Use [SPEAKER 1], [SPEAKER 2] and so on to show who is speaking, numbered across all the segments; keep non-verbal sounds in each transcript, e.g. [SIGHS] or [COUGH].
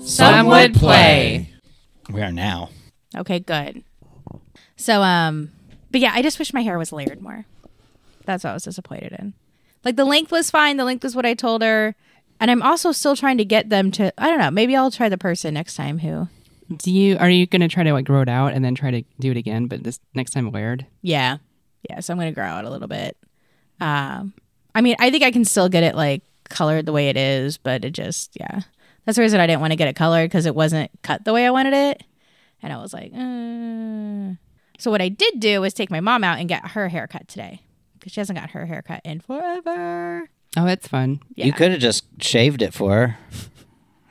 [SPEAKER 1] Some would play.
[SPEAKER 2] We are now.
[SPEAKER 1] Okay, good. So, um, but yeah, I just wish my hair was layered more. That's what I was disappointed in. Like the length was fine. The length was what I told her, and I'm also still trying to get them to. I don't know. Maybe I'll try the person next time. Who?
[SPEAKER 3] Do you are you gonna try to like grow it out and then try to do it again, but this next time layered?
[SPEAKER 1] Yeah, yeah. So I'm gonna grow out a little bit. Um, I mean, I think I can still get it like colored the way it is, but it just yeah. That's the reason I didn't want to get it colored because it wasn't cut the way I wanted it, and I was like, uh. so what I did do was take my mom out and get her haircut today because she hasn't got her haircut in forever.
[SPEAKER 3] Oh, that's fun. [LAUGHS]
[SPEAKER 1] Yeah.
[SPEAKER 2] You could have just shaved it for her.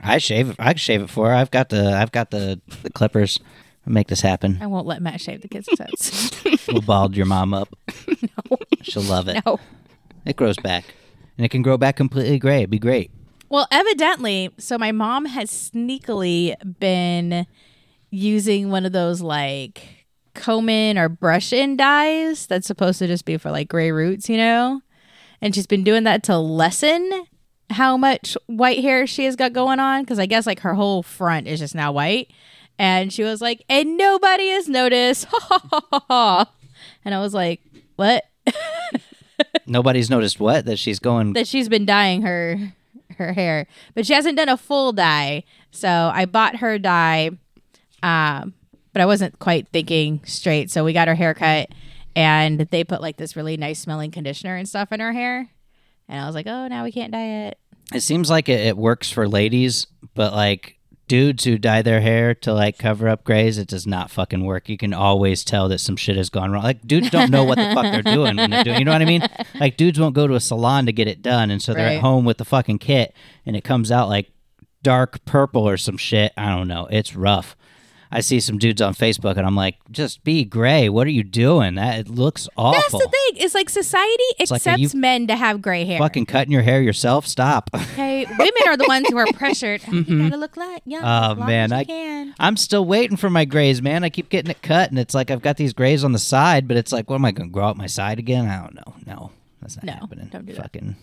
[SPEAKER 2] I shave. I could shave it for her. I've got the. I've got the, the clippers. I'll make this happen.
[SPEAKER 1] [LAUGHS] I won't let Matt shave the kids' heads.
[SPEAKER 2] We'll bald your mom up. She'll love it.
[SPEAKER 1] [LAUGHS] no.
[SPEAKER 2] It grows back, and it can grow back completely gray. It'd
[SPEAKER 1] [LAUGHS]
[SPEAKER 2] be great.
[SPEAKER 1] Well, evidently, so my mom has sneakily been using one of those like comb in or brush in dyes that's supposed to just be for like gray roots, you know? And she's been doing that to lessen how much white hair she has got going on cuz I guess like her whole front is just now white. And she was like, "And nobody has noticed." [LAUGHS] and I was like, "What?"
[SPEAKER 2] Nobody's noticed what that she's going.
[SPEAKER 1] that she's been dyeing her her hair, but she hasn't done a full dye. So I bought her dye, um, but I wasn't quite thinking straight. So we got her haircut, and they put like this really nice smelling conditioner and stuff in her hair, and I was like, oh, now we can't dye it.
[SPEAKER 2] it seems like it, it works for ladies, but like dudes who dye their hair to like cover up grays, it does not fucking work. You can always tell that some shit has gone wrong. Like dudes don't know what the fuck they're doing when they're doing. You know what I mean? Like dudes won't go to a salon to get it done, and so they're
[SPEAKER 1] Right.
[SPEAKER 2] at home with the fucking kit, and it comes out like dark purple or some shit. I don't know. It's rough. I see some dudes on Facebook, and I'm like, just be gray. What are you doing? That it looks awful.
[SPEAKER 1] That's the thing. It's like society
[SPEAKER 2] like,
[SPEAKER 1] accepts
[SPEAKER 2] are you
[SPEAKER 1] men to have gray hair.
[SPEAKER 2] Fucking cutting your hair yourself. Stop. [LAUGHS]
[SPEAKER 1] Okay, women are the ones who are pressured. "Oh, You gotta look like young.
[SPEAKER 2] Oh,
[SPEAKER 1] as long
[SPEAKER 2] Mm-hmm. man,
[SPEAKER 1] as you
[SPEAKER 2] I-
[SPEAKER 1] can.
[SPEAKER 2] I'm still waiting for my grays, man. I keep getting it cut, and it's like I've got these grays on the side, but it's like, what am I going to grow out my side again? I don't know. No, that's not
[SPEAKER 1] No,
[SPEAKER 2] happening.
[SPEAKER 1] don't do that.
[SPEAKER 2] Fucking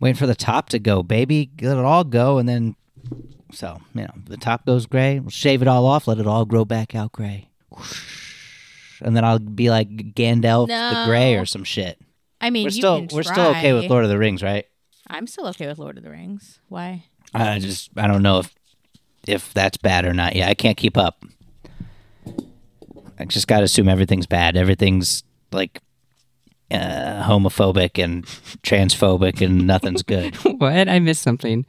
[SPEAKER 2] waiting for the top to go, baby. Let it all go, and then so you know the top goes gray. We'll shave it all off, let it all grow back out gray, Whoosh. and then I'll be like Gandalf the Gray
[SPEAKER 1] No.
[SPEAKER 2] or some shit.
[SPEAKER 1] I mean,
[SPEAKER 2] We're
[SPEAKER 1] you
[SPEAKER 2] still
[SPEAKER 1] can
[SPEAKER 2] we're still okay with
[SPEAKER 1] try.
[SPEAKER 2] Lord of the Rings, right?
[SPEAKER 1] I'm still okay with Lord of the Rings. Why?
[SPEAKER 2] I just I don't know if if that's bad or not. Yeah, I can't keep up. I just gotta assume everything's bad. Everything's like uh, homophobic and transphobic, and
[SPEAKER 3] [LAUGHS]
[SPEAKER 2] nothing's good.
[SPEAKER 3] what? I missed something.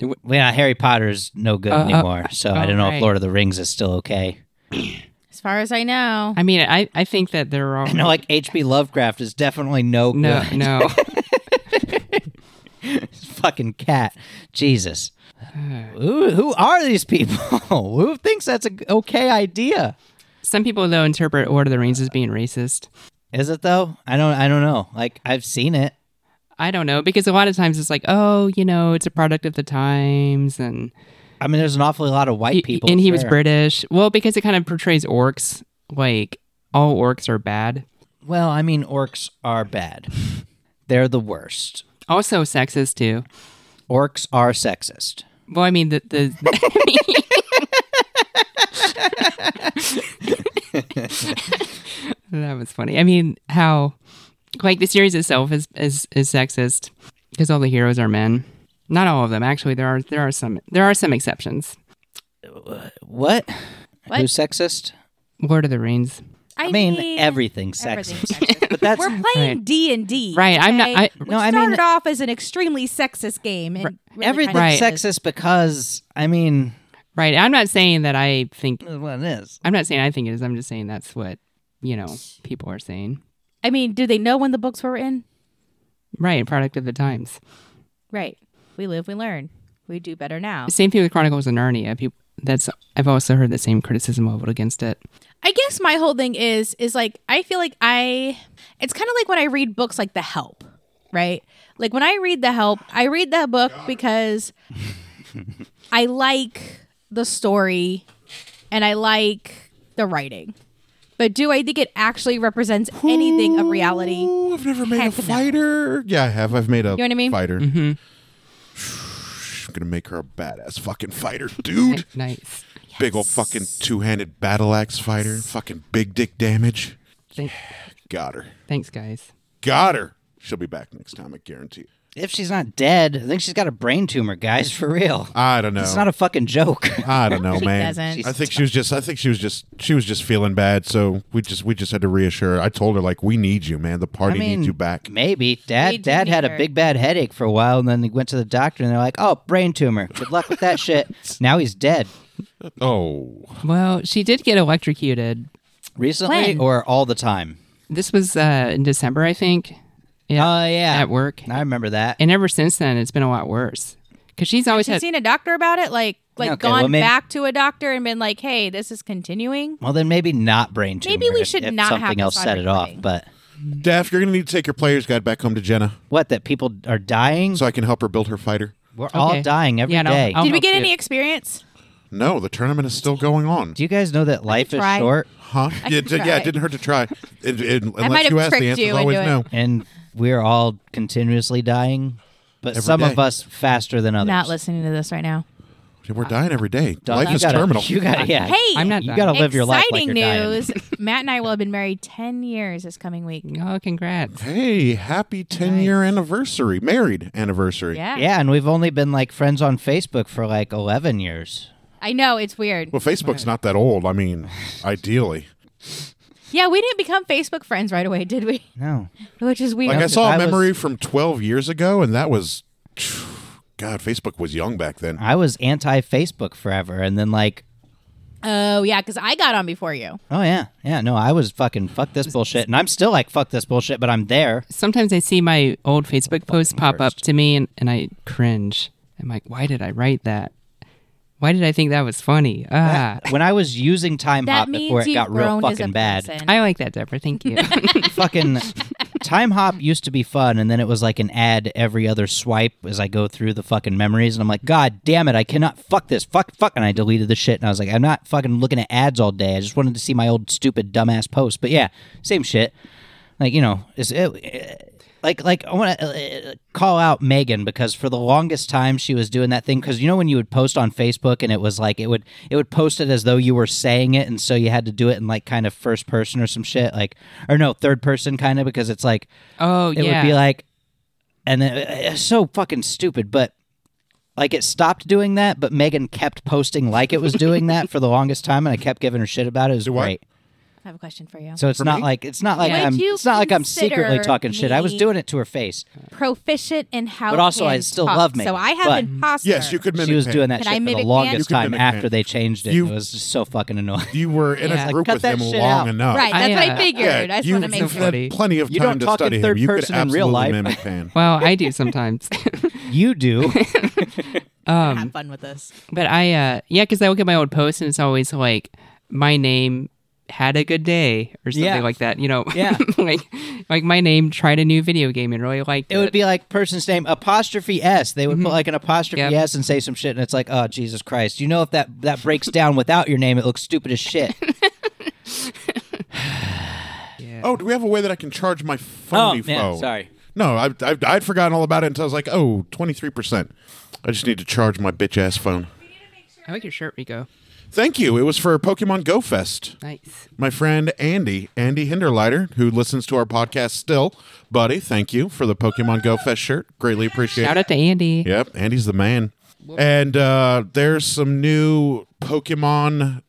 [SPEAKER 2] well, yeah, Harry Potter's no good
[SPEAKER 3] Uh, uh,
[SPEAKER 2] anymore, so I
[SPEAKER 3] oh,
[SPEAKER 2] don't know if
[SPEAKER 3] right.
[SPEAKER 2] Lord of the Rings is still okay. [LAUGHS]
[SPEAKER 1] As far as I know,
[SPEAKER 3] I mean, I, I think that they're all
[SPEAKER 2] [LAUGHS] I know, like H.P. Lovecraft is definitely no good. [LAUGHS]
[SPEAKER 3] no no. [LAUGHS]
[SPEAKER 2] Fucking cat,
[SPEAKER 3] [SIGHS]
[SPEAKER 2] Jesus. Who, who are these people? [LAUGHS] who thinks that's an okay idea?
[SPEAKER 3] Some people though interpret Lord of the Rings as being racist.
[SPEAKER 2] Is it though? I don't. I don't know. Like I've seen it.
[SPEAKER 3] I don't know because a lot of times it's like, oh, you know, it's a product of the times, and
[SPEAKER 2] I mean, there's an awful lot of white
[SPEAKER 3] he-
[SPEAKER 2] people,
[SPEAKER 3] and he was
[SPEAKER 2] sure.
[SPEAKER 3] British. Well, because it kind of portrays orcs like all orcs are bad.
[SPEAKER 2] Well, I mean, orcs
[SPEAKER 3] [LAUGHS]
[SPEAKER 2] are bad. They're the worst.
[SPEAKER 3] Also sexist too.
[SPEAKER 2] Orcs are sexist.
[SPEAKER 3] Well, I mean the the. [LAUGHS] that was funny. I mean, how like the series itself is is is sexist because all the heroes are men. Not all of them, actually. There are there are some there are some exceptions.
[SPEAKER 2] What?
[SPEAKER 1] What?
[SPEAKER 2] Who's sexist?
[SPEAKER 3] Lord of the Rings.
[SPEAKER 1] I,
[SPEAKER 2] I mean, everything's
[SPEAKER 1] everything's
[SPEAKER 2] [LAUGHS] sexist.
[SPEAKER 1] sexist.
[SPEAKER 2] but that's
[SPEAKER 1] We're playing
[SPEAKER 3] Right.
[SPEAKER 1] D and D,
[SPEAKER 3] Right, I'm not- I-
[SPEAKER 2] No, I mean-
[SPEAKER 1] started off as an extremely sexist game, and really
[SPEAKER 2] everything's
[SPEAKER 1] kind of
[SPEAKER 3] Right.
[SPEAKER 2] sexist because I mean,
[SPEAKER 3] Right. I'm not saying that I think
[SPEAKER 2] that's what it is.
[SPEAKER 3] I'm not saying I think it is. I'm just saying that's what, you know, people are saying.
[SPEAKER 1] I mean, do they know when the books were written?
[SPEAKER 3] Right, product of the times.
[SPEAKER 1] Right. We live, we learn, we do better now.
[SPEAKER 3] Same thing with Chronicles of Narnia. People that's I've also heard the same criticism leveled against it.
[SPEAKER 1] I guess my whole thing is is like I feel like I it's kind of like when I read books like The Help, right? Like when I read The Help, I read that book because I like the story and I like the writing. But do I think it actually represents anything of reality? You
[SPEAKER 4] Ooh, I've never made
[SPEAKER 1] Heck
[SPEAKER 4] a
[SPEAKER 1] no. Mm-hmm.
[SPEAKER 4] fighter. Yeah, I have. I've made a
[SPEAKER 1] know what I mean?
[SPEAKER 4] fighter. gonna make her a badass fucking fighter,
[SPEAKER 1] [LAUGHS]
[SPEAKER 4] dude.
[SPEAKER 3] [LAUGHS] Nice.
[SPEAKER 4] Big old fucking two handed battle axe fighter. Fucking big dick damage.
[SPEAKER 3] Thank-
[SPEAKER 4] Got her.
[SPEAKER 3] thanks, guys.
[SPEAKER 4] Got her. She'll be back next time, I guarantee. it.
[SPEAKER 2] If she's not dead, I think she's got a brain tumor, guys, for real.
[SPEAKER 4] I don't know.
[SPEAKER 2] It's not a fucking joke.
[SPEAKER 4] I don't know,
[SPEAKER 1] [LAUGHS] She
[SPEAKER 4] man.
[SPEAKER 1] doesn't.
[SPEAKER 4] I think she was just. I think she was just. She was just feeling bad. So we just. We just had to reassure her. I told her like, we need you, man. The party
[SPEAKER 2] I mean,
[SPEAKER 4] needs you back.
[SPEAKER 2] Maybe dad.
[SPEAKER 1] We do
[SPEAKER 2] Dad
[SPEAKER 1] need
[SPEAKER 2] had a
[SPEAKER 1] her.
[SPEAKER 2] big bad headache for a while, and then he went to the doctor, and they're like, "Oh, brain tumor. Good luck with
[SPEAKER 4] [LAUGHS]
[SPEAKER 2] that shit." Now he's dead.
[SPEAKER 4] Oh,
[SPEAKER 3] Well, she did get electrocuted.
[SPEAKER 2] Recently
[SPEAKER 1] When?
[SPEAKER 2] or all the time?
[SPEAKER 3] This was uh, in December, I think,
[SPEAKER 2] Oh yeah,
[SPEAKER 3] at work.
[SPEAKER 2] I remember that.
[SPEAKER 3] And ever since then, it's been a lot worse. Because she's always
[SPEAKER 1] She's
[SPEAKER 3] had.
[SPEAKER 1] seen a doctor about it, like like
[SPEAKER 2] Okay,
[SPEAKER 1] gone
[SPEAKER 2] well, maybe-
[SPEAKER 1] back to a doctor and been like, "Hey, this is continuing."
[SPEAKER 2] Well, then maybe not brain tumor.
[SPEAKER 1] Maybe we
[SPEAKER 2] if-
[SPEAKER 1] should
[SPEAKER 2] if
[SPEAKER 1] not have
[SPEAKER 2] something
[SPEAKER 1] this
[SPEAKER 2] else
[SPEAKER 1] on
[SPEAKER 2] set it off.
[SPEAKER 1] recording.
[SPEAKER 2] But
[SPEAKER 4] Daff, you're gonna need to take your players guide back home to Jenna,
[SPEAKER 2] what? That people are dying.
[SPEAKER 4] so I can help her build her fighter.
[SPEAKER 2] We're all
[SPEAKER 3] Okay.
[SPEAKER 2] dying every day.
[SPEAKER 3] Yeah, and I'll- I'll-
[SPEAKER 1] Did we
[SPEAKER 3] help
[SPEAKER 1] get
[SPEAKER 3] you.
[SPEAKER 1] any experience?
[SPEAKER 4] No, the tournament is still going on.
[SPEAKER 2] Do you guys know that life is
[SPEAKER 1] try.
[SPEAKER 2] short?
[SPEAKER 4] Huh? Yeah, it, yeah,
[SPEAKER 1] try.
[SPEAKER 4] it didn't hurt to try. It, it,
[SPEAKER 1] might
[SPEAKER 4] unless
[SPEAKER 1] have
[SPEAKER 4] you ask,
[SPEAKER 1] tricked
[SPEAKER 4] the answer's
[SPEAKER 1] you
[SPEAKER 4] always
[SPEAKER 1] into
[SPEAKER 4] no.
[SPEAKER 1] it.
[SPEAKER 2] and we're all continuously dying, but some
[SPEAKER 4] day.
[SPEAKER 2] of us faster than others.
[SPEAKER 1] Not listening to this right now.
[SPEAKER 4] We're dying every day.
[SPEAKER 2] Dog,
[SPEAKER 4] Life
[SPEAKER 2] you
[SPEAKER 4] is
[SPEAKER 2] gotta-
[SPEAKER 4] terminal.
[SPEAKER 2] You gotta, yeah.
[SPEAKER 1] Hey,
[SPEAKER 3] I'm not.
[SPEAKER 2] you
[SPEAKER 3] dying.
[SPEAKER 2] gotta live your life like
[SPEAKER 1] exciting
[SPEAKER 2] you're dying.
[SPEAKER 1] news! Matt and I will have been married ten years this coming
[SPEAKER 2] [LAUGHS]
[SPEAKER 1] week.
[SPEAKER 3] Oh, congrats.
[SPEAKER 4] Hey, happy 10 year anniversary, married anniversary.
[SPEAKER 1] Yeah.
[SPEAKER 2] Yeah, and we've only been like friends on Facebook for like eleven years.
[SPEAKER 1] I know it's weird.
[SPEAKER 4] Well, Facebook's not that old. I mean, ideally.
[SPEAKER 1] Yeah, we didn't become Facebook friends right away, did we? [LAUGHS]
[SPEAKER 2] No,
[SPEAKER 1] Which is weird.
[SPEAKER 4] Like, I
[SPEAKER 2] because
[SPEAKER 4] saw a
[SPEAKER 2] I was-
[SPEAKER 4] memory from 12 years ago, and that was, God, Facebook was young back then.
[SPEAKER 2] I was anti Facebook forever, and then like,
[SPEAKER 1] oh yeah, because I got on before you.
[SPEAKER 2] oh yeah, yeah, no, I was fucking fuck this bullshit, and I'm still like fuck this bullshit, but I'm there.
[SPEAKER 3] Sometimes I see my old Facebook posts pop up to me and, and I cringe. I'm like, why did I write that? Why did I think that was funny?
[SPEAKER 2] [LAUGHS]
[SPEAKER 3] Ah.
[SPEAKER 2] When I was using Time
[SPEAKER 1] That
[SPEAKER 2] Hop
[SPEAKER 1] means
[SPEAKER 2] before it
[SPEAKER 1] you've
[SPEAKER 2] got real
[SPEAKER 1] grown as
[SPEAKER 2] fucking
[SPEAKER 1] a
[SPEAKER 2] bad,
[SPEAKER 1] person.
[SPEAKER 3] I like that, Deborah. Thank you.
[SPEAKER 2] [LAUGHS] fucking time hop used to be fun and then it was like an ad every other swipe as i go through the fucking memories and i'm like god damn it i cannot fuck this fuck fuck and i deleted the shit and i was like i'm not fucking looking at ads all day i just wanted to see my old stupid dumbass post but yeah same shit like you know it's it, it- like like i want to uh, call out megan because for the longest time she was doing that thing because you know when you would post on facebook and it was like it would it would post it as though you were saying it and so you had to do it in like kind of first person or some shit like or no third person kind of because it's like
[SPEAKER 3] oh,
[SPEAKER 2] it
[SPEAKER 3] yeah.
[SPEAKER 2] would be like and then uh, it's so fucking stupid but like it stopped doing that but megan kept posting like it was doing that for the longest time and i kept giving her shit about it it was
[SPEAKER 4] what?
[SPEAKER 2] great
[SPEAKER 1] I have a question for you.
[SPEAKER 2] so it's not
[SPEAKER 4] me?
[SPEAKER 2] like it's not like
[SPEAKER 1] Would
[SPEAKER 2] I'm
[SPEAKER 1] you
[SPEAKER 2] it's not like I'm secretly
[SPEAKER 1] consider
[SPEAKER 2] talking shit. I was
[SPEAKER 1] me-
[SPEAKER 2] doing it to her face.
[SPEAKER 1] Proficient in how,
[SPEAKER 2] But also, I
[SPEAKER 1] to
[SPEAKER 2] still
[SPEAKER 1] talk.
[SPEAKER 2] love Megan,
[SPEAKER 1] So I
[SPEAKER 2] but-
[SPEAKER 1] have imposter.
[SPEAKER 4] Yes, you could mimic
[SPEAKER 2] She was
[SPEAKER 4] Pam.
[SPEAKER 2] doing that
[SPEAKER 1] Can I
[SPEAKER 2] shit for the
[SPEAKER 1] mimic
[SPEAKER 2] longest
[SPEAKER 4] Pam? You can
[SPEAKER 2] time
[SPEAKER 4] mimic
[SPEAKER 2] after
[SPEAKER 4] Pam.
[SPEAKER 2] they changed it.
[SPEAKER 4] You-
[SPEAKER 2] It was just so fucking annoying.
[SPEAKER 4] [LAUGHS] You were in
[SPEAKER 3] Yeah.
[SPEAKER 4] a group
[SPEAKER 2] Cut
[SPEAKER 4] with
[SPEAKER 2] that
[SPEAKER 4] him
[SPEAKER 2] shit
[SPEAKER 4] long
[SPEAKER 2] out.
[SPEAKER 4] enough.
[SPEAKER 1] Right, that's
[SPEAKER 3] I,
[SPEAKER 1] what
[SPEAKER 3] uh,
[SPEAKER 1] I figured.
[SPEAKER 4] Yeah,
[SPEAKER 1] I just
[SPEAKER 4] you
[SPEAKER 1] want to make
[SPEAKER 4] you've
[SPEAKER 1] sure.
[SPEAKER 4] had plenty of
[SPEAKER 2] You
[SPEAKER 4] time
[SPEAKER 2] don't
[SPEAKER 4] to
[SPEAKER 2] talk in
[SPEAKER 4] study him.
[SPEAKER 2] third
[SPEAKER 4] You could
[SPEAKER 2] person in real
[SPEAKER 4] absolutely
[SPEAKER 2] life.
[SPEAKER 4] mimic Pan.
[SPEAKER 3] well, I do sometimes.
[SPEAKER 2] You do.
[SPEAKER 1] have fun with this.
[SPEAKER 3] But I, uh, yeah, because I look at my old posts and it's always like, my name had a good day or something
[SPEAKER 2] Yeah.
[SPEAKER 3] like that. You know,
[SPEAKER 2] Yeah.
[SPEAKER 3] [LAUGHS] like, like my name tried a new video game and really liked it.
[SPEAKER 2] it would be like person's name apostrophe s. They
[SPEAKER 1] Mm-hmm.
[SPEAKER 2] would put like an apostrophe
[SPEAKER 3] Yep.
[SPEAKER 2] s and say some shit, and it's like, oh Jesus Christ! You know if that that breaks down without your name, it looks stupid
[SPEAKER 4] [LAUGHS]
[SPEAKER 2] as shit.
[SPEAKER 4] Oh, do we have a way that I can charge my phony
[SPEAKER 2] oh
[SPEAKER 4] phone?
[SPEAKER 2] man, sorry.
[SPEAKER 4] No, I, I, I'd forgotten all about it until I was like, oh, 23%. I just need to charge my bitch ass phone.
[SPEAKER 3] I like your shirt, Rico.
[SPEAKER 4] Thank you. It was for Pokemon Go Fest.
[SPEAKER 3] Nice.
[SPEAKER 4] My friend Andy, Andy Hinderleiter, who listens to our podcast still. Buddy, thank you for the Pokemon Go Fest shirt. Greatly appreciate
[SPEAKER 3] Shout
[SPEAKER 4] it.
[SPEAKER 3] out to Andy.
[SPEAKER 4] Yep, Andy's the man. And uh, there's some new Pokemon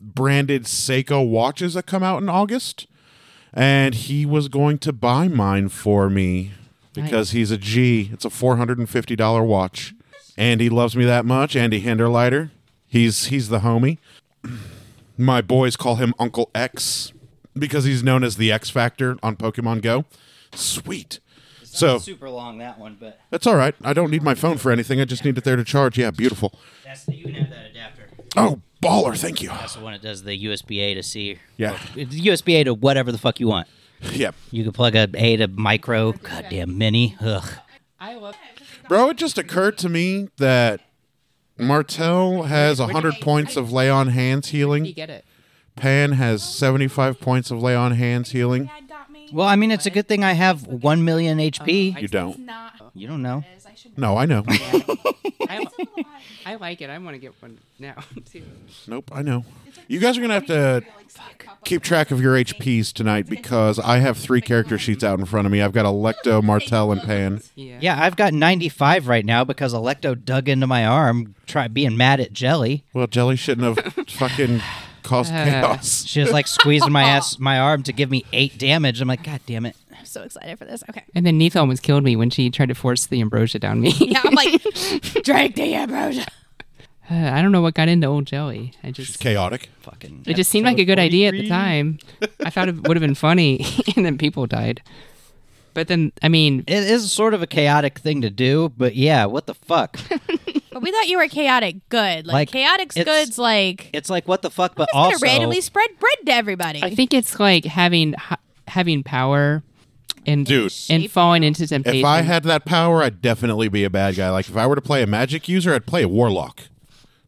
[SPEAKER 4] branded Seiko watches that come out in August. And he was going to buy mine for me because he's a G. It's a $450 watch. Andy loves me that much. Andy Hinderleiter. He's he's the homie. [CLEARS THROAT] My boys call him Uncle X because he's known as the X Factor on Pokemon Go. Sweet. So
[SPEAKER 2] Super long that one, but
[SPEAKER 4] that's all right. I don't need my phone for anything. I just need it there to charge. Yeah, beautiful.
[SPEAKER 2] that's you can have that adapter.
[SPEAKER 4] Oh, baller. Thank you.
[SPEAKER 2] That's the one that does the USB A to C.
[SPEAKER 4] Yeah.
[SPEAKER 2] It's USB A to whatever the fuck you want.
[SPEAKER 4] Yep.
[SPEAKER 2] You can plug a A to micro, goddamn mini. Ugh.
[SPEAKER 3] I love
[SPEAKER 4] Bro, it just occurred to me that Martel has 100 points of lay on hands healing.
[SPEAKER 3] get it.
[SPEAKER 4] Pan has 75 points of lay on hands healing.
[SPEAKER 2] Well, I mean, it's a good thing I have one million HP.
[SPEAKER 4] You don't.
[SPEAKER 1] Not.
[SPEAKER 2] You don't know.
[SPEAKER 1] I should
[SPEAKER 4] No, I know.
[SPEAKER 2] [LAUGHS]
[SPEAKER 3] I, li- I like it. I want to get one now. [LAUGHS] too.
[SPEAKER 4] nope, I know. You guys are gonna have to keep track of your HPs tonight because I have three character sheets out in front of me. I've got Electo, Martel, and Pan.
[SPEAKER 3] Yeah.
[SPEAKER 2] Yeah, I've got 95 right now because Electo dug into my arm, try being mad at Jelly.
[SPEAKER 4] Well, Jelly shouldn't have fucking caused chaos.
[SPEAKER 2] She was like squeezing my ass, my arm to give me eight damage. I'm like, God damn it!
[SPEAKER 1] I'm so excited for this. Okay.
[SPEAKER 3] And then Neith almost killed me when she tried to force the ambrosia down me. [LAUGHS]
[SPEAKER 1] Yeah, I'm like,
[SPEAKER 2] [LAUGHS]
[SPEAKER 1] drink the ambrosia.
[SPEAKER 3] Uh, I don't know what got into old Jelly. I
[SPEAKER 4] It's
[SPEAKER 3] just
[SPEAKER 4] chaotic.
[SPEAKER 2] Fucking.
[SPEAKER 3] it just seemed like a good idea at the time. I thought it would have been funny, [LAUGHS] and then people died. But then, I mean,
[SPEAKER 2] It is sort of a chaotic thing to do, but yeah, what the fuck?
[SPEAKER 1] But we thought you were chaotic good. Like,
[SPEAKER 2] Like,
[SPEAKER 1] chaotic's
[SPEAKER 2] it's-
[SPEAKER 1] good's like
[SPEAKER 2] It's like what the fuck, but
[SPEAKER 1] I'm gonna
[SPEAKER 2] also
[SPEAKER 1] randomly spread bread to everybody.
[SPEAKER 3] I think it's like having ha- having power and
[SPEAKER 4] Dude.
[SPEAKER 3] and falling into temptation.
[SPEAKER 4] If I had that power, I'd definitely be a bad guy. Like if I were to play a magic user, I'd play a warlock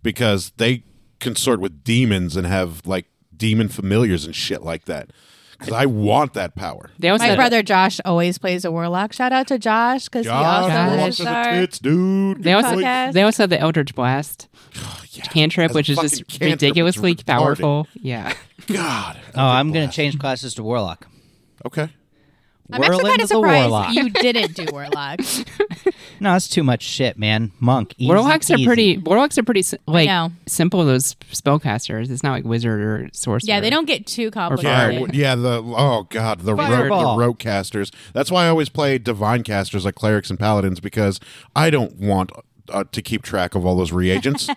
[SPEAKER 4] because they consort with demons and have like demon familiars and shit like that. Because I want that power.
[SPEAKER 3] they also
[SPEAKER 1] My
[SPEAKER 3] had,
[SPEAKER 1] brother Josh always plays a warlock. Shout out to Josh because he also
[SPEAKER 4] warlocks
[SPEAKER 1] has
[SPEAKER 4] are the
[SPEAKER 1] our
[SPEAKER 4] tits, dude.
[SPEAKER 3] they also
[SPEAKER 1] podcast.
[SPEAKER 3] they also had the Eldritch Blast cantrip,
[SPEAKER 4] That's
[SPEAKER 3] which is
[SPEAKER 4] fucking
[SPEAKER 3] just
[SPEAKER 4] cantrip. It's
[SPEAKER 3] ridiculously
[SPEAKER 4] retarded.
[SPEAKER 3] powerful. Um, Yeah.
[SPEAKER 4] God.
[SPEAKER 2] Oh, I'm gonna change classes to Warlock.
[SPEAKER 4] Okay.
[SPEAKER 1] I'm actually
[SPEAKER 2] Whirl
[SPEAKER 1] kind
[SPEAKER 2] into
[SPEAKER 1] of
[SPEAKER 2] the
[SPEAKER 1] surprised
[SPEAKER 2] warlock.
[SPEAKER 1] you didn't do
[SPEAKER 2] [LAUGHS]
[SPEAKER 1] warlock.
[SPEAKER 2] No, it's too much shit, man. Monk. Easy,
[SPEAKER 3] Warlocks are
[SPEAKER 2] peasy.
[SPEAKER 3] pretty. Warlocks are pretty si- like
[SPEAKER 1] know.
[SPEAKER 3] simple. Those spellcasters. It's not like wizard or sorcerer.
[SPEAKER 1] yeah, they don't get too
[SPEAKER 4] Yeah,
[SPEAKER 1] complicated.
[SPEAKER 4] w- yeah, the oh god, the rote, the
[SPEAKER 2] Fireball.
[SPEAKER 4] rote casters. That's why I always play divine casters like clerics and paladins because I don't want uh, to keep track of all those
[SPEAKER 2] [LAUGHS]
[SPEAKER 4] reagents.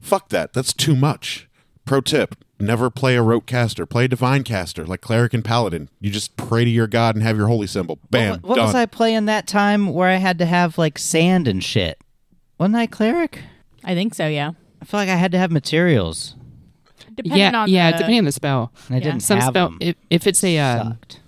[SPEAKER 4] Fuck that. That's too much. Pro tip: Never play a rote caster. Play a divine caster like cleric and paladin. You just pray to your god and have your holy symbol. Bam,
[SPEAKER 2] What, what
[SPEAKER 4] done.
[SPEAKER 2] was I playing that time where I had to have like sand and shit? Wasn't I a cleric?
[SPEAKER 1] I think so. Yeah,
[SPEAKER 2] I feel like I had to have materials.
[SPEAKER 1] depending
[SPEAKER 3] Yeah,
[SPEAKER 1] on
[SPEAKER 3] yeah.
[SPEAKER 1] the,
[SPEAKER 3] Depending on the spell.
[SPEAKER 2] And I didn't
[SPEAKER 3] Some
[SPEAKER 2] have
[SPEAKER 3] spell.
[SPEAKER 2] them.
[SPEAKER 3] If, if it's a uh,
[SPEAKER 2] Sucked.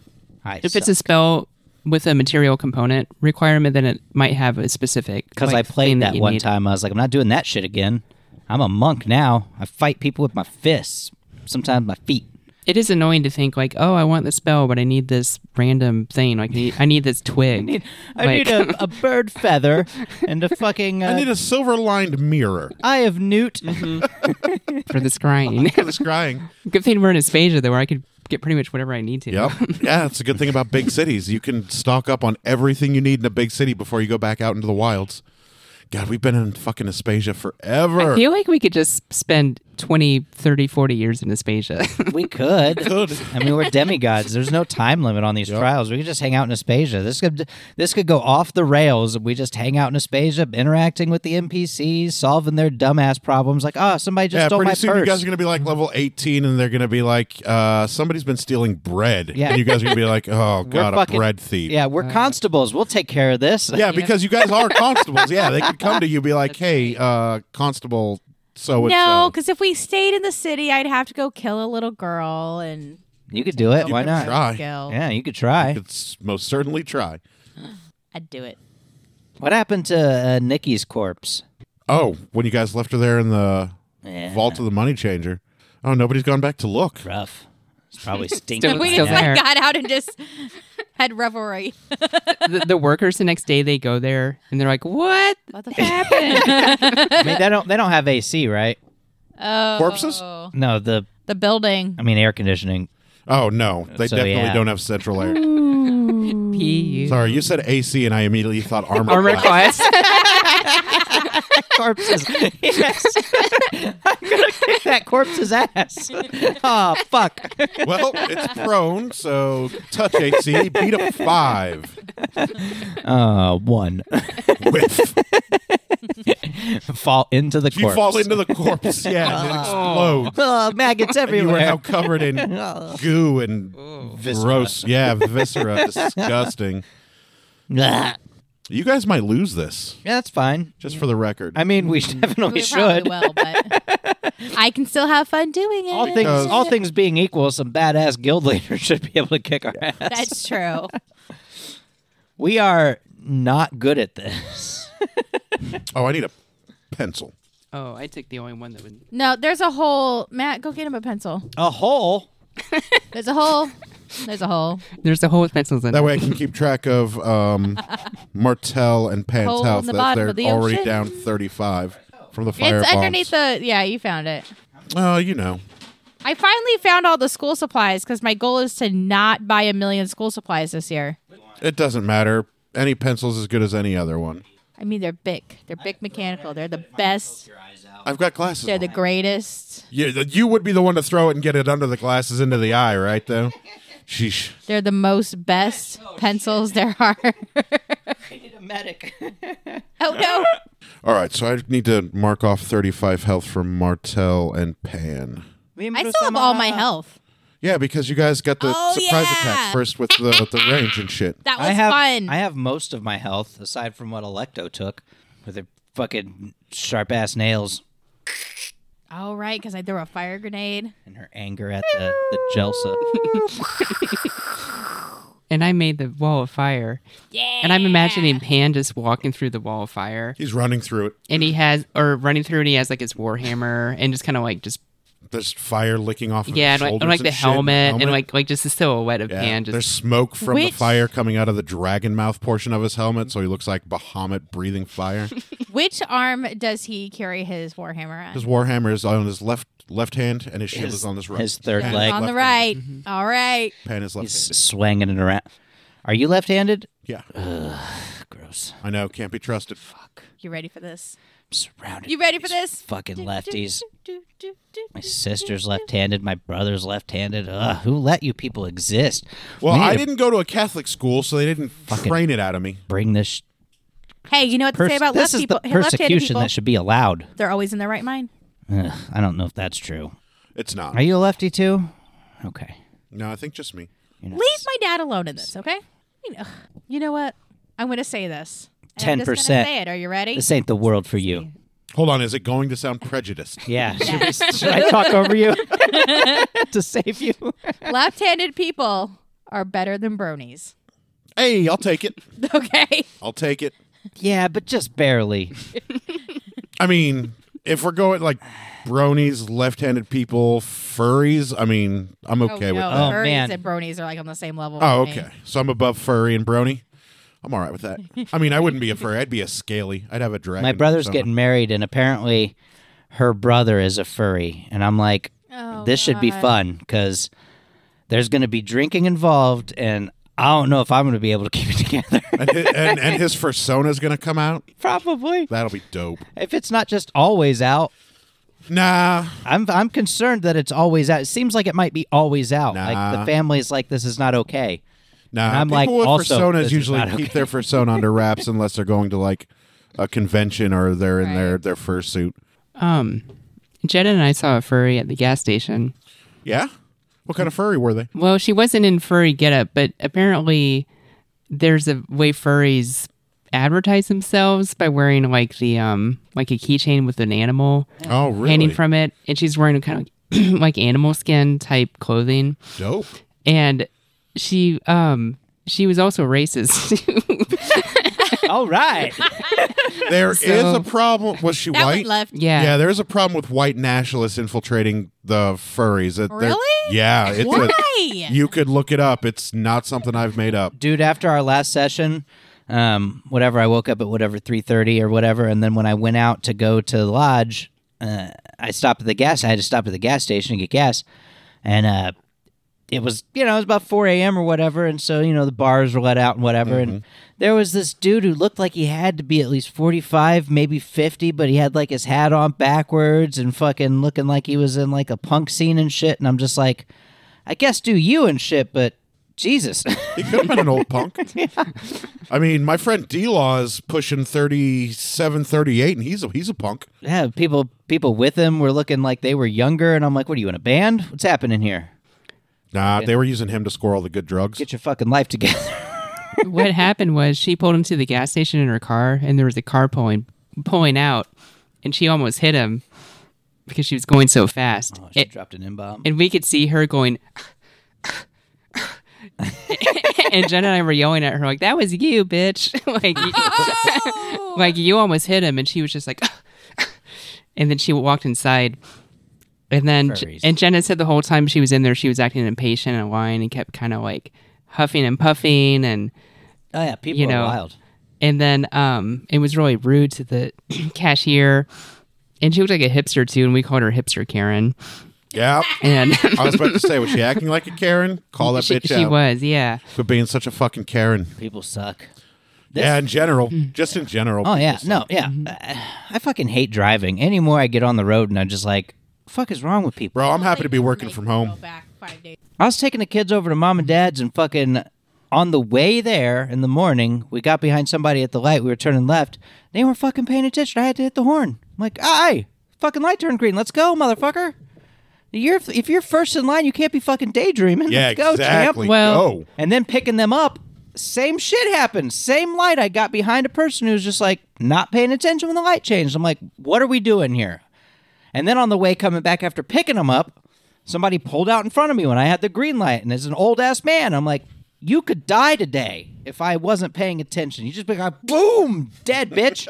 [SPEAKER 2] I
[SPEAKER 3] if it's a spell with a material component requirement, then it might have a specific.
[SPEAKER 2] because
[SPEAKER 3] like,
[SPEAKER 2] I
[SPEAKER 3] thing
[SPEAKER 2] played that
[SPEAKER 3] you
[SPEAKER 2] one
[SPEAKER 3] need.
[SPEAKER 2] time. I was like, I'm not doing that shit again. I'm a monk now. I fight people with my fists, sometimes my feet.
[SPEAKER 3] It is annoying to think like, oh, I want the spell, but I need this random thing. Like, I need, [LAUGHS] I need this twig.
[SPEAKER 2] I
[SPEAKER 3] Like- [LAUGHS]
[SPEAKER 2] need a, a bird feather and a fucking.
[SPEAKER 4] [LAUGHS]
[SPEAKER 2] Uh,
[SPEAKER 4] I need a silver lined mirror.
[SPEAKER 2] eye of newt.
[SPEAKER 3] Mm-hmm. for [LAUGHS] the scrying.
[SPEAKER 4] For the scrying.
[SPEAKER 3] Good thing we're in Aspasia, though, where I could get pretty much whatever I need to.
[SPEAKER 2] [LAUGHS]
[SPEAKER 4] Yep. Yeah, that's a good thing about big cities. You can stock up on everything you need in a big city before you go back out into the wilds. God, we've been in fucking Aspasia forever.
[SPEAKER 3] I feel like we could just spend 20, 30, 40 years in Aspasia. [LAUGHS]
[SPEAKER 2] We
[SPEAKER 4] [LAUGHS]
[SPEAKER 2] could.
[SPEAKER 4] Could.
[SPEAKER 2] I mean, we're demigods. There's no time limit on these trials. We could just hang out in Aspasia. This could this could go off the rails. We just hang out in Aspasia, interacting with the NPCs, solving their dumbass problems. Like, oh, somebody just
[SPEAKER 4] yeah,
[SPEAKER 2] stole
[SPEAKER 4] pretty
[SPEAKER 2] my
[SPEAKER 4] soon
[SPEAKER 2] purse.
[SPEAKER 4] you guys are gonna be like level eighteen, and they're gonna be like, uh, somebody's been stealing bread.
[SPEAKER 2] Yeah.
[SPEAKER 4] and you guys are gonna be like, oh
[SPEAKER 2] [LAUGHS] We're
[SPEAKER 4] god,
[SPEAKER 2] fucking-
[SPEAKER 4] a bread thief.
[SPEAKER 2] Yeah, we're constables. We'll take care of this.
[SPEAKER 4] Uh, yeah, because you guys are constables. Yeah, they could come to you and be like, hey, uh, constable, so and
[SPEAKER 1] no,
[SPEAKER 4] so.
[SPEAKER 1] because if we stayed in the city, I'd have to go kill a little girl and
[SPEAKER 2] You could do it. Why not?
[SPEAKER 4] Try.
[SPEAKER 1] kill.
[SPEAKER 2] Yeah, you could try.
[SPEAKER 4] It's most certainly try.
[SPEAKER 1] I'd do it.
[SPEAKER 2] What happened to uh, Nikki's corpse?
[SPEAKER 4] Oh, when you guys left her there in the
[SPEAKER 2] Yeah.
[SPEAKER 4] vault of the money changer. Oh, nobody's gone back to look.
[SPEAKER 2] Rough.
[SPEAKER 1] [LAUGHS]
[SPEAKER 2] It's probably stinking.
[SPEAKER 3] Still-
[SPEAKER 1] We
[SPEAKER 2] right
[SPEAKER 3] still
[SPEAKER 1] just
[SPEAKER 2] now.
[SPEAKER 3] there.
[SPEAKER 1] like got out and just [LAUGHS] had revelry.
[SPEAKER 3] the, the workers the next day, they go there and they're like, what?
[SPEAKER 1] What the happened?
[SPEAKER 2] I mean, they don't. They don't have AC, right?
[SPEAKER 1] oh,
[SPEAKER 4] Corpses?
[SPEAKER 2] No. The.
[SPEAKER 1] [LAUGHS] The building.
[SPEAKER 2] I mean, air
[SPEAKER 1] [LAUGHS]
[SPEAKER 2] conditioning.
[SPEAKER 4] Oh no, they
[SPEAKER 2] So,
[SPEAKER 4] definitely
[SPEAKER 2] yeah.
[SPEAKER 4] don't have central air.
[SPEAKER 3] P-U.
[SPEAKER 4] Sorry, you said AC, and I immediately thought armor.
[SPEAKER 3] Armor
[SPEAKER 4] class. [LAUGHS]
[SPEAKER 3] class.
[SPEAKER 2] Corpses. yes. [LAUGHS] I'm gonna kick that
[SPEAKER 1] [LAUGHS]
[SPEAKER 2] corpse's ass. oh fuck.
[SPEAKER 4] well, it's prone, so touch AC, beat up five.
[SPEAKER 2] Uh, one. [LAUGHS]
[SPEAKER 4] Whiff.
[SPEAKER 2] fall into the corpse.
[SPEAKER 4] You fall into the corpse, yeah, and it explodes.
[SPEAKER 2] [LAUGHS] Oh, maggots
[SPEAKER 4] And [LAUGHS] you are now
[SPEAKER 2] everywhere. Oh.
[SPEAKER 4] covered in
[SPEAKER 2] [LAUGHS]
[SPEAKER 4] goo and gross, yeah, viscera. Disgusting.
[SPEAKER 2] yeah,
[SPEAKER 4] You guys might lose this,
[SPEAKER 2] that's fine.
[SPEAKER 4] just for the record.
[SPEAKER 2] I mean, we definitely
[SPEAKER 1] We
[SPEAKER 2] should.
[SPEAKER 1] probably will, but
[SPEAKER 2] [LAUGHS]
[SPEAKER 1] I can still have fun doing it.
[SPEAKER 2] All things, all things being equal, some badass guild leaders [LAUGHS] should be able to kick our ass.
[SPEAKER 1] That's true.
[SPEAKER 2] We are not good at this.
[SPEAKER 4] oh, I need a pencil.
[SPEAKER 3] oh, I took the only one that would. [LAUGHS]
[SPEAKER 1] No, there's a whole Matt. Go get him a pencil.
[SPEAKER 2] A hole?
[SPEAKER 1] There's a whole There's a
[SPEAKER 2] [LAUGHS]
[SPEAKER 1] hole.
[SPEAKER 3] There's a hole with pencils in
[SPEAKER 4] That
[SPEAKER 3] it.
[SPEAKER 4] way I can keep track of um, Martell and Pan's
[SPEAKER 1] Hole in
[SPEAKER 4] health.
[SPEAKER 1] the
[SPEAKER 4] that
[SPEAKER 1] bottom
[SPEAKER 4] they're
[SPEAKER 1] of the
[SPEAKER 4] already
[SPEAKER 1] ocean.
[SPEAKER 4] down 35 from the fire
[SPEAKER 1] It's
[SPEAKER 4] bombs.
[SPEAKER 1] underneath the. Yeah, you found it.
[SPEAKER 4] Oh, you know.
[SPEAKER 1] I finally found all the school supplies because my goal is to not buy a million school supplies this year.
[SPEAKER 4] It doesn't matter. Any pencil's as good as any other one.
[SPEAKER 1] I mean, they're big. They're big mechanical. They're the best.
[SPEAKER 4] I've got glasses.
[SPEAKER 1] They're
[SPEAKER 4] on.
[SPEAKER 1] the greatest.
[SPEAKER 4] Yeah, th- you would be the one to throw it and get it under the glasses into the eye, right? Though, [LAUGHS] sheesh.
[SPEAKER 1] They're the most best pencils there [LAUGHS] are.
[SPEAKER 2] a [LAUGHS] medic.
[SPEAKER 1] oh no!
[SPEAKER 4] All right, so I need to mark off thirty-five health from Martel and Pan.
[SPEAKER 1] I still have all my health.
[SPEAKER 4] Yeah, because you guys got the
[SPEAKER 1] Oh,
[SPEAKER 4] surprise
[SPEAKER 1] yeah.
[SPEAKER 4] attack first with the the range and shit.
[SPEAKER 1] That was
[SPEAKER 2] I have
[SPEAKER 1] fun.
[SPEAKER 2] I have most of my health aside from what Electo took with her fucking sharp ass nails
[SPEAKER 1] all right, because I threw a fire grenade.
[SPEAKER 2] and her anger at the the
[SPEAKER 1] [LAUGHS]
[SPEAKER 2] Jelsa.
[SPEAKER 3] And I made the wall of fire. Yeah. And I'm imagining Pan just walking through the wall of fire.
[SPEAKER 4] He's running through it.
[SPEAKER 3] And he has, or running through and he has like his war hammer and just kind of like just,
[SPEAKER 4] There's fire licking off. Of
[SPEAKER 3] yeah,
[SPEAKER 4] his
[SPEAKER 3] and like, and
[SPEAKER 4] shoulders
[SPEAKER 3] like the
[SPEAKER 4] and shit, and
[SPEAKER 3] helmet, and like like just the silhouette of
[SPEAKER 4] Yeah,
[SPEAKER 3] Pan
[SPEAKER 4] there's
[SPEAKER 3] just.
[SPEAKER 4] smoke from the
[SPEAKER 1] Which-
[SPEAKER 4] fire coming out of the dragon mouth portion of his helmet, so he looks like Bahamut breathing
[SPEAKER 3] [LAUGHS]
[SPEAKER 4] fire.
[SPEAKER 1] Which arm does he carry his warhammer on?
[SPEAKER 4] his warhammer is on his left left hand, and his shield is on his right.
[SPEAKER 2] his third
[SPEAKER 4] Pan is
[SPEAKER 2] leg.
[SPEAKER 1] on the
[SPEAKER 4] left-handed.
[SPEAKER 1] right. All right.
[SPEAKER 4] Pan is left.
[SPEAKER 2] He's uh, swinging it around. Are you left-handed?
[SPEAKER 4] Yeah,
[SPEAKER 2] Gross.
[SPEAKER 4] I know. Can't be trusted.
[SPEAKER 1] You ready for this?
[SPEAKER 2] I'm surrounded.
[SPEAKER 1] You
[SPEAKER 2] by
[SPEAKER 1] ready for
[SPEAKER 2] these
[SPEAKER 1] this?
[SPEAKER 2] Fucking lefties.
[SPEAKER 1] Do, do, do,
[SPEAKER 2] My
[SPEAKER 1] do.
[SPEAKER 2] sister's left-handed. My brother's left-handed. Ugh, who let you people exist?
[SPEAKER 4] Well,
[SPEAKER 2] We need
[SPEAKER 4] I
[SPEAKER 2] to
[SPEAKER 4] didn't go to a Catholic school, so they didn't
[SPEAKER 2] Fucking-
[SPEAKER 4] train it out of me.
[SPEAKER 2] bring this. Sh-
[SPEAKER 1] Hey, you know what to
[SPEAKER 2] pers-
[SPEAKER 1] say about
[SPEAKER 2] this
[SPEAKER 1] left
[SPEAKER 2] is
[SPEAKER 1] people?
[SPEAKER 2] the
[SPEAKER 1] left-handed
[SPEAKER 2] persecution
[SPEAKER 1] people.
[SPEAKER 2] that should be allowed.
[SPEAKER 1] They're always in their right mind.
[SPEAKER 2] Ugh, I don't know if that's true.
[SPEAKER 4] It's not.
[SPEAKER 2] Are you a lefty too? Okay.
[SPEAKER 4] No, I think just me.
[SPEAKER 2] You're not-
[SPEAKER 1] Leave my dad alone in this, okay? You know, you know what? I'm going to say this. And I'm just gonna
[SPEAKER 2] 10%.
[SPEAKER 1] Say it. Are you ready?
[SPEAKER 2] This ain't the world for you.
[SPEAKER 4] Hold on, is it going to sound prejudiced?
[SPEAKER 1] [LAUGHS]
[SPEAKER 2] Yeah. Should, we- should I talk over you [LAUGHS] to
[SPEAKER 1] [LAUGHS]
[SPEAKER 2] save you?
[SPEAKER 1] Left-handed people are better than bronies. [LAUGHS]
[SPEAKER 4] hey, I'll take it.
[SPEAKER 1] Okay.
[SPEAKER 4] I'll take it.
[SPEAKER 2] Yeah, but just barely.
[SPEAKER 4] I mean, if we're going like bronies, left-handed people, furries, I mean, I'm okay with
[SPEAKER 1] no,
[SPEAKER 4] that.
[SPEAKER 2] Oh,
[SPEAKER 1] furries
[SPEAKER 2] man.
[SPEAKER 1] and bronies are like on the same level.
[SPEAKER 4] Oh,
[SPEAKER 1] with me.
[SPEAKER 4] okay. So I'm above furry and brony. I'm all right with that. I mean, I wouldn't be a furry. I'd be a scaly. I'd have a dragon.
[SPEAKER 2] My brother's
[SPEAKER 4] persona.
[SPEAKER 2] getting married, and apparently her brother is a furry. And I'm like,
[SPEAKER 1] Oh,
[SPEAKER 2] this should be
[SPEAKER 1] God.
[SPEAKER 2] fun because there's going to be drinking involved, and I don't know if I'm going to be able to [LAUGHS] keep it together.
[SPEAKER 4] and, hi- and, and his persona's gonna come out.
[SPEAKER 2] Probably.
[SPEAKER 4] That'll be dope.
[SPEAKER 2] If it's not just always out,
[SPEAKER 4] Nah,
[SPEAKER 2] I'm I'm concerned that it's always out. It seems like it might be always out. Like
[SPEAKER 4] Nah.
[SPEAKER 2] the family's like, this is not okay. [LAUGHS]
[SPEAKER 4] Nah,
[SPEAKER 2] And I'm like,
[SPEAKER 4] people with
[SPEAKER 2] also, this
[SPEAKER 4] personas
[SPEAKER 2] is
[SPEAKER 4] usually
[SPEAKER 2] not
[SPEAKER 4] keep their persona under wraps unless they're going to like a convention or they're in their their fursuit.
[SPEAKER 3] Um, Jed and I saw a furry at the gas station.
[SPEAKER 4] Yeah, what kind of furry were they?
[SPEAKER 3] Well, she wasn't in furry getup, but apparently there's a way furries advertise themselves by wearing like the um like a keychain with an animal
[SPEAKER 4] Oh, really?
[SPEAKER 3] hanging from it, and she's wearing kind of [CLEARS THROAT] like animal skin type clothing,
[SPEAKER 4] dope.
[SPEAKER 3] and she um she was also racist. [LAUGHS]
[SPEAKER 2] All right.
[SPEAKER 4] There is
[SPEAKER 3] So-
[SPEAKER 4] a problem. Was she
[SPEAKER 1] That
[SPEAKER 4] white?
[SPEAKER 1] one left.
[SPEAKER 3] yeah.
[SPEAKER 4] yeah, there is a problem with white nationalists infiltrating the furries. That they're-
[SPEAKER 1] Really?
[SPEAKER 4] Yeah, it's a,
[SPEAKER 1] Why?
[SPEAKER 4] you could look it up. It's not something I've made up.
[SPEAKER 2] dude after our last session um whatever i woke up at whatever 3.30 or whatever and then when i went out to go to the lodge uh, i stopped at the gas i had to stop at the gas station to get gas and uh it was you know it was about 4 a.m or whatever and so you know the bars were let out and whatever and there was this dude who looked like he had to be at least 45 maybe 50 but he had like his hat on backwards and fucking looking like he was in like a punk scene and shit and i'm just like i guess do you and shit but jesus [LAUGHS]
[SPEAKER 4] He could have been an old punk. I mean, my friend D Law is pushing 37, 38, and he's a he's a punk.
[SPEAKER 2] yeah, people people with him were looking like they were younger, and I'm like, what are you in a band? What's happening here?
[SPEAKER 4] Nah, they were using him to score all the good drugs.
[SPEAKER 2] Get your fucking life together. [LAUGHS]
[SPEAKER 3] what happened was she pulled him to the gas station in her car and there was a car pulling pulling out and she almost hit him because she was going so fast
[SPEAKER 2] Oh, she dropped an bomb.
[SPEAKER 3] and we could see her going [LAUGHS] and Jen and I were yelling at her like that was you bitch [LAUGHS] like [LAUGHS] you, [LAUGHS] like you almost hit him and she was just like and then she walked inside And then,
[SPEAKER 2] Furries.
[SPEAKER 3] and Jenna said the whole time she was in there, she was acting impatient and whining and kept kind of like huffing and puffing and
[SPEAKER 2] Oh yeah, people
[SPEAKER 3] You
[SPEAKER 2] are
[SPEAKER 3] know,
[SPEAKER 2] wild.
[SPEAKER 3] and then um it was really rude to the [CLEARS THROAT] cashier and she looked like a hipster too and we called her hipster karen
[SPEAKER 4] Yeah.
[SPEAKER 3] and [LAUGHS]
[SPEAKER 4] I was about to say, was she acting like a Karen? Call that
[SPEAKER 3] she,
[SPEAKER 4] bitch
[SPEAKER 3] she
[SPEAKER 4] out
[SPEAKER 3] was yeah
[SPEAKER 4] for being such a fucking Karen.
[SPEAKER 2] People suck.
[SPEAKER 4] yeah, in general, just in general.
[SPEAKER 2] Oh yeah,
[SPEAKER 4] people suck.
[SPEAKER 2] no, yeah. I, I fucking hate driving anymore. I get on the road and I'm just like, fuck is wrong with people?
[SPEAKER 4] bro, I'm happy to be working from
[SPEAKER 1] Go
[SPEAKER 4] home.
[SPEAKER 1] back five days.
[SPEAKER 2] I was taking the kids over to mom and dad's and fucking on the way there in the morning, we got behind somebody at the light. We were turning left. They weren't fucking paying attention. I had to hit the horn. I'm like, aye, fucking light turned green. Let's go, motherfucker. You're if you're first in line, you can't be fucking daydreaming.
[SPEAKER 4] Yeah,
[SPEAKER 2] Let's go,
[SPEAKER 4] exactly.
[SPEAKER 2] champ.
[SPEAKER 3] Well-
[SPEAKER 4] Go.
[SPEAKER 2] And then picking them up, same shit happened. Same light. I got behind a person who's just like not paying attention when the light changed. I'm like, what are we doing here? And then on the way coming back after picking them up, somebody pulled out in front of me when I had the green light, and it's an old ass man. I'm like, you could die today if I wasn't paying attention. You just be like, boom, dead bitch.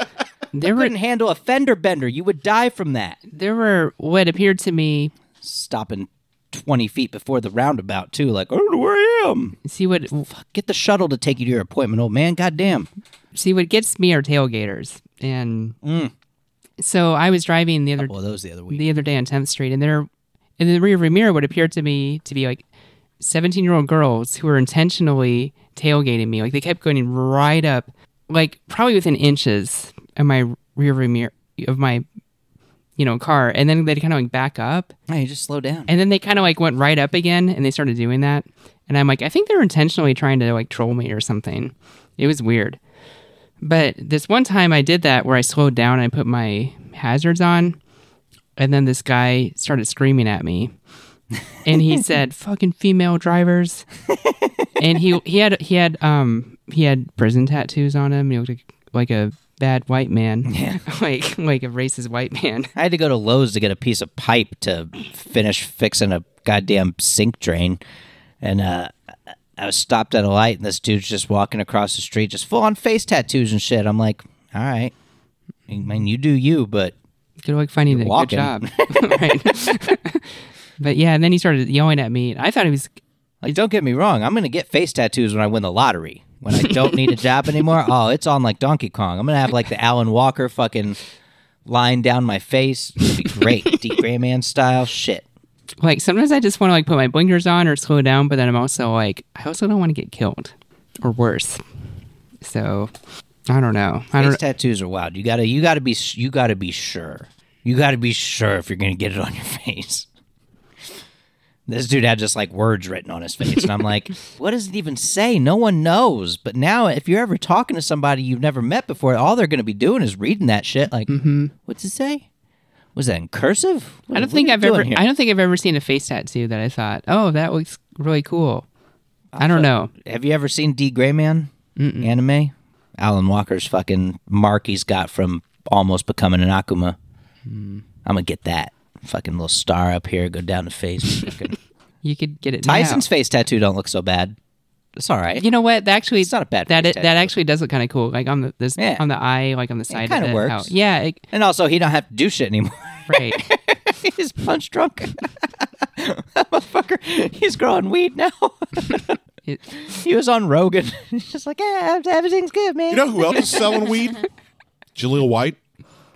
[SPEAKER 3] there were
[SPEAKER 2] Couldn't handle a fender bender. You would die from that.
[SPEAKER 3] there were what appeared to me
[SPEAKER 2] Stopping 20 feet before the roundabout, too. Like, I don't know where I am.
[SPEAKER 3] see what
[SPEAKER 2] Get the shuttle to take you to your appointment, old man. Goddamn.
[SPEAKER 3] see what gets me are tailgaters and so i was driving the other
[SPEAKER 2] Well, those the other week.
[SPEAKER 3] the other day on 10th street and there in the rear view mirror what appeared to me to be like 17 year old girls who were intentionally tailgating me like they kept going right up like probably within inches of my rear view mirror of my you know car and then they kind of like back up
[SPEAKER 2] Hey, just slow down.
[SPEAKER 3] and then they kind of like went right up again and they started doing that and i'm like i think they're intentionally trying to like troll me or something it was weird but this one time i did that where i slowed down and i put my hazards on and then this guy started screaming at me and he said fucking female drivers and he he had he had um he had prison tattoos on him he looked like, like a bad white man yeah [LAUGHS] like like a racist white man
[SPEAKER 2] I had to go to Lowe's to get a piece of pipe to finish fixing a goddamn sink drain. And uh, I was stopped at a light, and this dude's just walking across the street, just full on face tattoos and shit. I'm like, all right. I mean, you do you, but
[SPEAKER 3] Good luck finding a
[SPEAKER 2] walking. [LAUGHS]
[SPEAKER 3] good job. [LAUGHS] right. [LAUGHS] but yeah, and then he started yelling at me. I thought he was
[SPEAKER 2] like, don't get me wrong. I'm going to get face tattoos when I win the lottery. When I don't need a job anymore, oh, it's on like Donkey Kong. I'm going to have like the Alan Walker fucking line down my face. It'd be great. Deep Gray Man style shit.
[SPEAKER 3] like sometimes I just want to like put my blinkers on or slow down, but then I'm also like I also don't want to get killed or worse. So I don't know. I
[SPEAKER 2] Face
[SPEAKER 3] don't
[SPEAKER 2] tattoos are wild. You gotta, you gotta be, you gotta be sure. You gotta be sure if you're gonna get it on your [LAUGHS] face. This dude had just like words written on his face, and
[SPEAKER 3] [LAUGHS]
[SPEAKER 2] I'm like, what does it even say? No one knows. But now, if you're ever talking to somebody you've never met before, all they're gonna be doing is reading that shit. Like, what's it say? Was that in cursive? What-
[SPEAKER 3] Mm-hmm. I don't
[SPEAKER 2] what
[SPEAKER 3] think
[SPEAKER 2] are you
[SPEAKER 3] I've ever
[SPEAKER 2] doing here?
[SPEAKER 3] I don't think I've ever seen a face tattoo that I thought, "Oh, that looks really cool." I don't know.
[SPEAKER 2] Have you ever seen D Gray Man anime? Alan Walker's fucking mark he's got from almost becoming an Akuma. I'm gonna get that fucking little star up here, go down the [LAUGHS] face. Fucking-
[SPEAKER 3] You could get it now.
[SPEAKER 2] Tyson's face tattoo don't look so bad. It's all right.
[SPEAKER 3] You know what? That actually
[SPEAKER 2] It's not a bad
[SPEAKER 3] that
[SPEAKER 2] face
[SPEAKER 3] it, that
[SPEAKER 2] tattoo.
[SPEAKER 3] actually does look kind of cool. Like on the this
[SPEAKER 2] Yeah.
[SPEAKER 3] on the eye, like on the side.
[SPEAKER 2] kinda
[SPEAKER 3] of
[SPEAKER 2] works.
[SPEAKER 3] how- yeah. It,
[SPEAKER 2] And also, he don't have to do shit anymore. [LAUGHS]
[SPEAKER 3] right.
[SPEAKER 2] he's punch drunk. [LAUGHS] That motherfucker, he's growing weed now. [LAUGHS]
[SPEAKER 3] It-
[SPEAKER 2] he was on Rogan. [LAUGHS] he's just like, yeah, everything's good, man.
[SPEAKER 4] You know who else is selling weed? Jaleel White,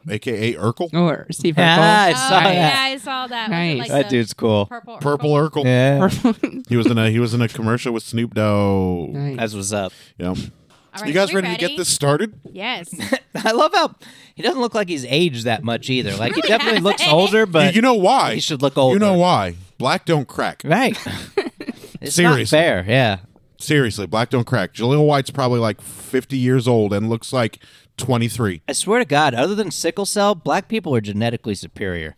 [SPEAKER 4] aka Urkel.
[SPEAKER 3] or Steve
[SPEAKER 2] Ah, I
[SPEAKER 3] Urkel.
[SPEAKER 2] saw
[SPEAKER 1] oh,
[SPEAKER 2] that.
[SPEAKER 1] yeah, I saw that. Was it
[SPEAKER 3] Nice.
[SPEAKER 1] like
[SPEAKER 2] That
[SPEAKER 1] the
[SPEAKER 2] dude's cool.
[SPEAKER 1] Purple.
[SPEAKER 4] Purple Urkel.
[SPEAKER 2] Yeah,
[SPEAKER 4] He was in a he was in a commercial with Snoop Dogg.
[SPEAKER 3] Nice.
[SPEAKER 2] that's what's up.
[SPEAKER 4] Yeah.
[SPEAKER 1] All
[SPEAKER 4] You
[SPEAKER 1] right,
[SPEAKER 4] guys
[SPEAKER 1] we
[SPEAKER 4] ready, to get this started?
[SPEAKER 2] [LAUGHS]
[SPEAKER 1] Yes.
[SPEAKER 2] I love how he doesn't look like he's aged that much either. Like he definitely looks
[SPEAKER 1] [LAUGHS]
[SPEAKER 2] older, but
[SPEAKER 4] you know why?
[SPEAKER 2] he should look older.
[SPEAKER 4] You know why? Black don't crack.
[SPEAKER 1] [LAUGHS]
[SPEAKER 2] right? it's
[SPEAKER 4] Seriously.
[SPEAKER 2] not fair. Yeah,
[SPEAKER 4] Seriously, black don't crack. Jaleel White's probably like 50 years old and looks like 23.
[SPEAKER 2] I swear to God. Other than sickle cell, black people are genetically superior.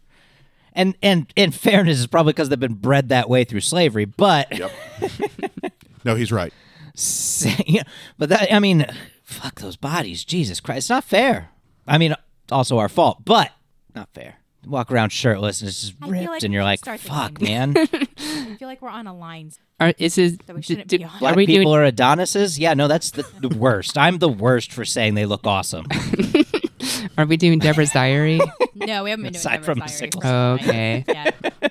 [SPEAKER 2] And and in fairness, it's probably because they've been bred that way through slavery. But [LAUGHS]
[SPEAKER 4] No, he's right.
[SPEAKER 2] yeah, but that I mean, fuck those bodies, Jesus Christ, it's not fair. I mean, it's also our fault, but not fair. Walk around shirtless and it's just
[SPEAKER 1] feel
[SPEAKER 2] ripped,
[SPEAKER 1] like
[SPEAKER 2] and
[SPEAKER 1] we
[SPEAKER 2] you're
[SPEAKER 1] should start
[SPEAKER 2] like,
[SPEAKER 1] the
[SPEAKER 2] fuck, man.
[SPEAKER 1] game. [LAUGHS] I feel like we're on a line.
[SPEAKER 3] Are, is this,
[SPEAKER 1] we
[SPEAKER 3] d-
[SPEAKER 1] shouldn't
[SPEAKER 3] d-
[SPEAKER 1] be on.
[SPEAKER 3] are
[SPEAKER 2] Black
[SPEAKER 3] we
[SPEAKER 2] people
[SPEAKER 3] doing?
[SPEAKER 2] are Adonises. Yeah, no, that's the, the
[SPEAKER 3] [LAUGHS]
[SPEAKER 2] worst. I'm the worst for saying they look awesome. [LAUGHS]
[SPEAKER 3] Are we doing Deborah's Diary?
[SPEAKER 1] No, we haven't been doing
[SPEAKER 2] Aside from the
[SPEAKER 1] Cyber
[SPEAKER 2] sickle.
[SPEAKER 1] Fire.
[SPEAKER 3] Okay.
[SPEAKER 1] Yeah.